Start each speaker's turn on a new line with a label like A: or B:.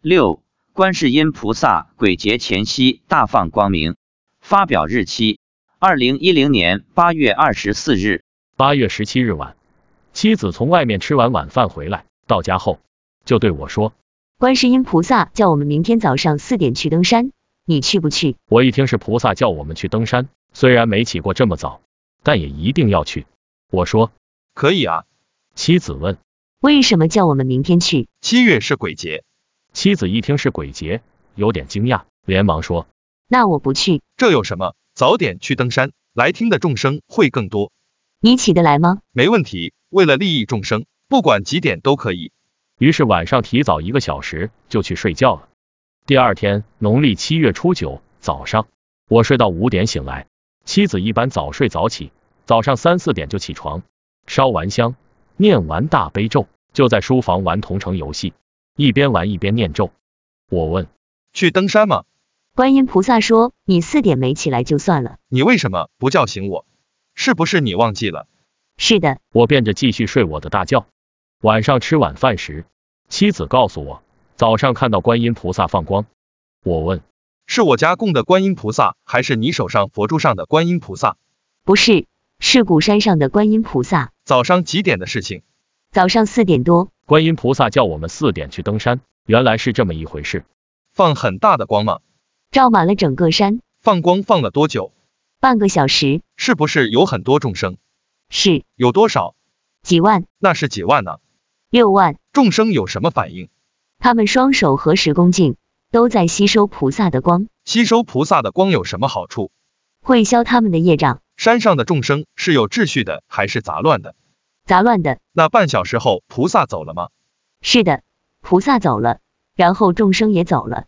A: 六、观世音菩萨鬼节前夕大放光明。发表日期：二零一零年八月二十四日。
B: 八月十七日晚，妻子从外面吃完晚饭回来，到家后就对我说
C: 观世音菩萨叫我们明天早上四点去登山，你去不去？：“
B: 我一听是菩萨叫我们去登山，虽然没起过这么早，但也一定要去。”我说
D: 可以啊，：“
B: 妻子问。
C: 为什么叫我们明天去？
D: 七月是鬼节，”
B: 妻子一听是鬼节，有点惊讶，连忙说
C: 那我不去，
D: 这有什么？早点去登山，来听的众生会更多。
C: 你起得来吗？
D: 没问题，为了利益众生，不管几点都可以。：“
B: 于是晚上提早一个小时就去睡觉了。”第二天，农历七月初九早上，我睡到五点醒来。妻子一般早睡早起，早上三四点就起床，烧完香，念完大悲咒，就在书房玩同城游戏，一边玩一边念咒。我问。
D: 去登山吗？
C: 观音菩萨说你四点没起来就算了。
D: 你为什么不叫醒我？是不是你忘记了？
C: 是的，
B: 我便着继续睡我的大觉。晚上吃晚饭时，妻子告诉我，早上看到观音菩萨放光。我问，
D: 是我家供的观音菩萨，还是你手上佛珠上的观音菩萨？
C: 不是，是古山上的观音菩萨。
D: 早上几点的事情？
C: 早上四点多，
B: 观音菩萨叫我们四点去登山，原来是这么一回事。
D: 放很大的光吗？
C: 照满了整个山，
D: 放光放了多久？
C: 半个小时，
D: 是不是有很多众生？
C: 是
D: 有多少？
C: 几万、
D: 那是几万呢、
C: 六万。
D: 众生有什么反应？
C: 他们双手合十恭敬，都在吸收菩萨的光，
D: 吸收菩萨的光有什么好处？
C: 会消他们的业障，
D: 山上的众生是有秩序的还是杂乱的？
C: 杂乱的。
D: 那半小时后菩萨走了吗？
C: 是的，菩萨走了，然后众生也走了。